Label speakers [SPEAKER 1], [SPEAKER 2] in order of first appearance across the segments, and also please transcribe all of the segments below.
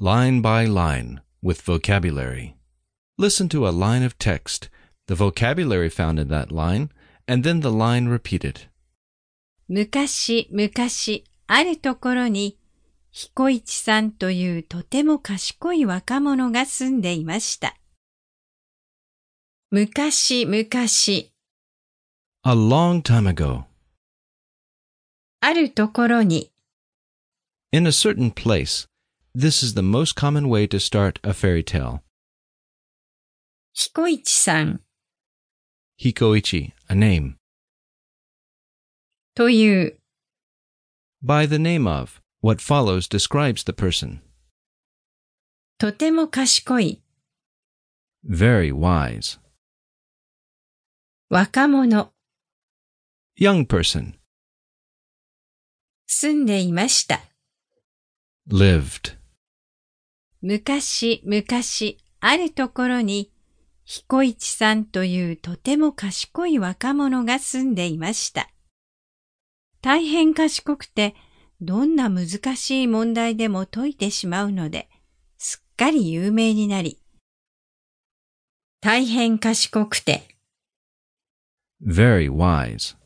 [SPEAKER 1] line by line, with vocabulary. Listen to a line of text, the vocabulary found in that line, and then the line repeated.
[SPEAKER 2] 昔々あるところに彦一さんというとても賢い若者が住んでいました。昔々
[SPEAKER 1] A long time ago,
[SPEAKER 2] あるところに
[SPEAKER 1] in a certain place, this is the most common way to start a fairy tale.
[SPEAKER 2] 彦一さん
[SPEAKER 1] Hikoichi, a name.
[SPEAKER 2] という
[SPEAKER 1] By the name of, what follows describes the person.
[SPEAKER 2] とても賢い
[SPEAKER 1] Very wise.
[SPEAKER 2] 若者
[SPEAKER 1] Young person.
[SPEAKER 2] 住んでいました。
[SPEAKER 1] Lived.
[SPEAKER 2] 昔々あるところに彦一さんというとても賢い若者が住んでいました。大変賢くてどんな難しい問題でも解いてしまうのですっかり有名になり。大変賢くて
[SPEAKER 1] Very wise.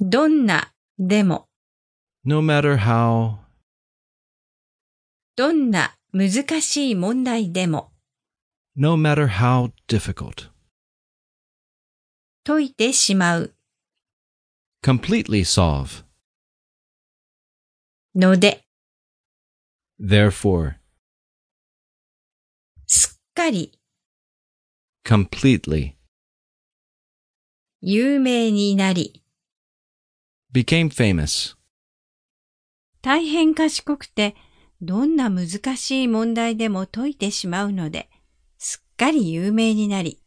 [SPEAKER 2] どんなでも
[SPEAKER 1] No matter how,
[SPEAKER 2] どんな難しい問題でも
[SPEAKER 1] no matter how difficult.
[SPEAKER 2] 解いてしまう
[SPEAKER 1] Completely solve.
[SPEAKER 2] ので
[SPEAKER 1] Therefore,
[SPEAKER 2] すっかり
[SPEAKER 1] completely.
[SPEAKER 2] 有名になり。
[SPEAKER 1] Became famous.
[SPEAKER 2] 大変賢くてどんな難しい問題でも解いてしまうのですっかり有名になり、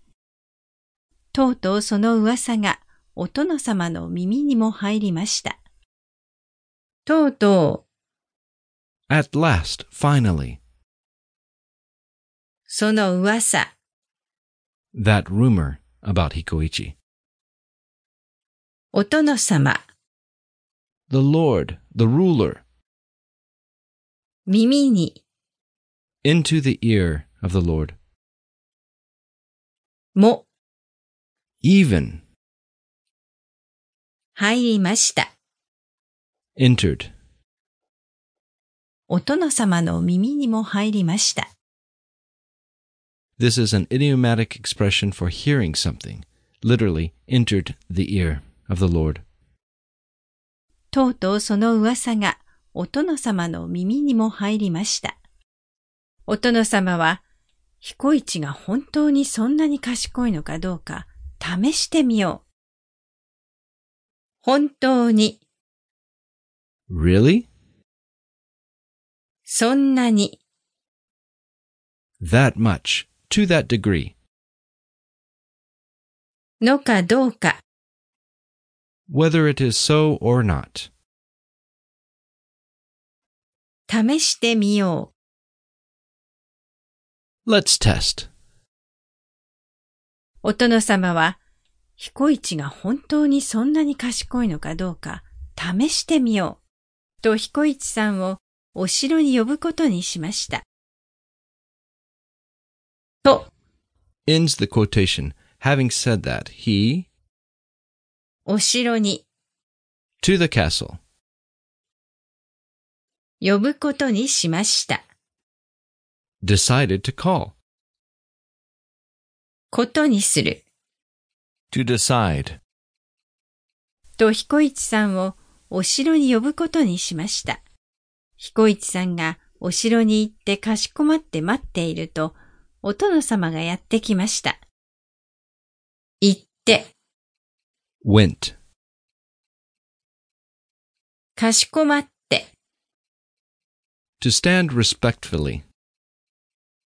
[SPEAKER 2] とうとうその噂がお殿様の耳にも入りました。とうとう
[SPEAKER 1] At last, finally.
[SPEAKER 2] その噂
[SPEAKER 1] That rumor about Hikoichi.
[SPEAKER 2] お殿様
[SPEAKER 1] The Lord, the ruler.
[SPEAKER 2] 耳に
[SPEAKER 1] Into the ear of the Lord.
[SPEAKER 2] も
[SPEAKER 1] Even.
[SPEAKER 2] 入りました。
[SPEAKER 1] Entered.
[SPEAKER 2] お殿様の耳にも入りました。
[SPEAKER 1] This is an idiomatic expression for hearing something, literally, entered the ear of the Lord.
[SPEAKER 2] とうとうその噂がお殿様の耳にも入りました。お殿様は、彦一が本当にそんなに賢いのかどうか試してみよう。本当に、
[SPEAKER 1] Really?
[SPEAKER 2] そんなに、
[SPEAKER 1] That much. To that degree.
[SPEAKER 2] のかどうか、
[SPEAKER 1] Whether it is so or not.
[SPEAKER 2] 試してみよ
[SPEAKER 1] Let's test.
[SPEAKER 2] う。お殿様は、彦一が本当にそんなに賢いのかどうか試してみよう。と彦一さんをお城に呼ぶことにしました。と、
[SPEAKER 1] Ends the quotation. Having said that, he,
[SPEAKER 2] お城に
[SPEAKER 1] to the castle,
[SPEAKER 2] 呼ぶことにしました。
[SPEAKER 1] decided to call.
[SPEAKER 2] ことにする。
[SPEAKER 1] To decide.
[SPEAKER 2] と彦一さんをお城に呼ぶことにしました。彦一さんがお城に行ってかしこまって待っていると、お殿様がやってきました。行って、
[SPEAKER 1] Went.
[SPEAKER 2] かしこまって、
[SPEAKER 1] To stand respectfully.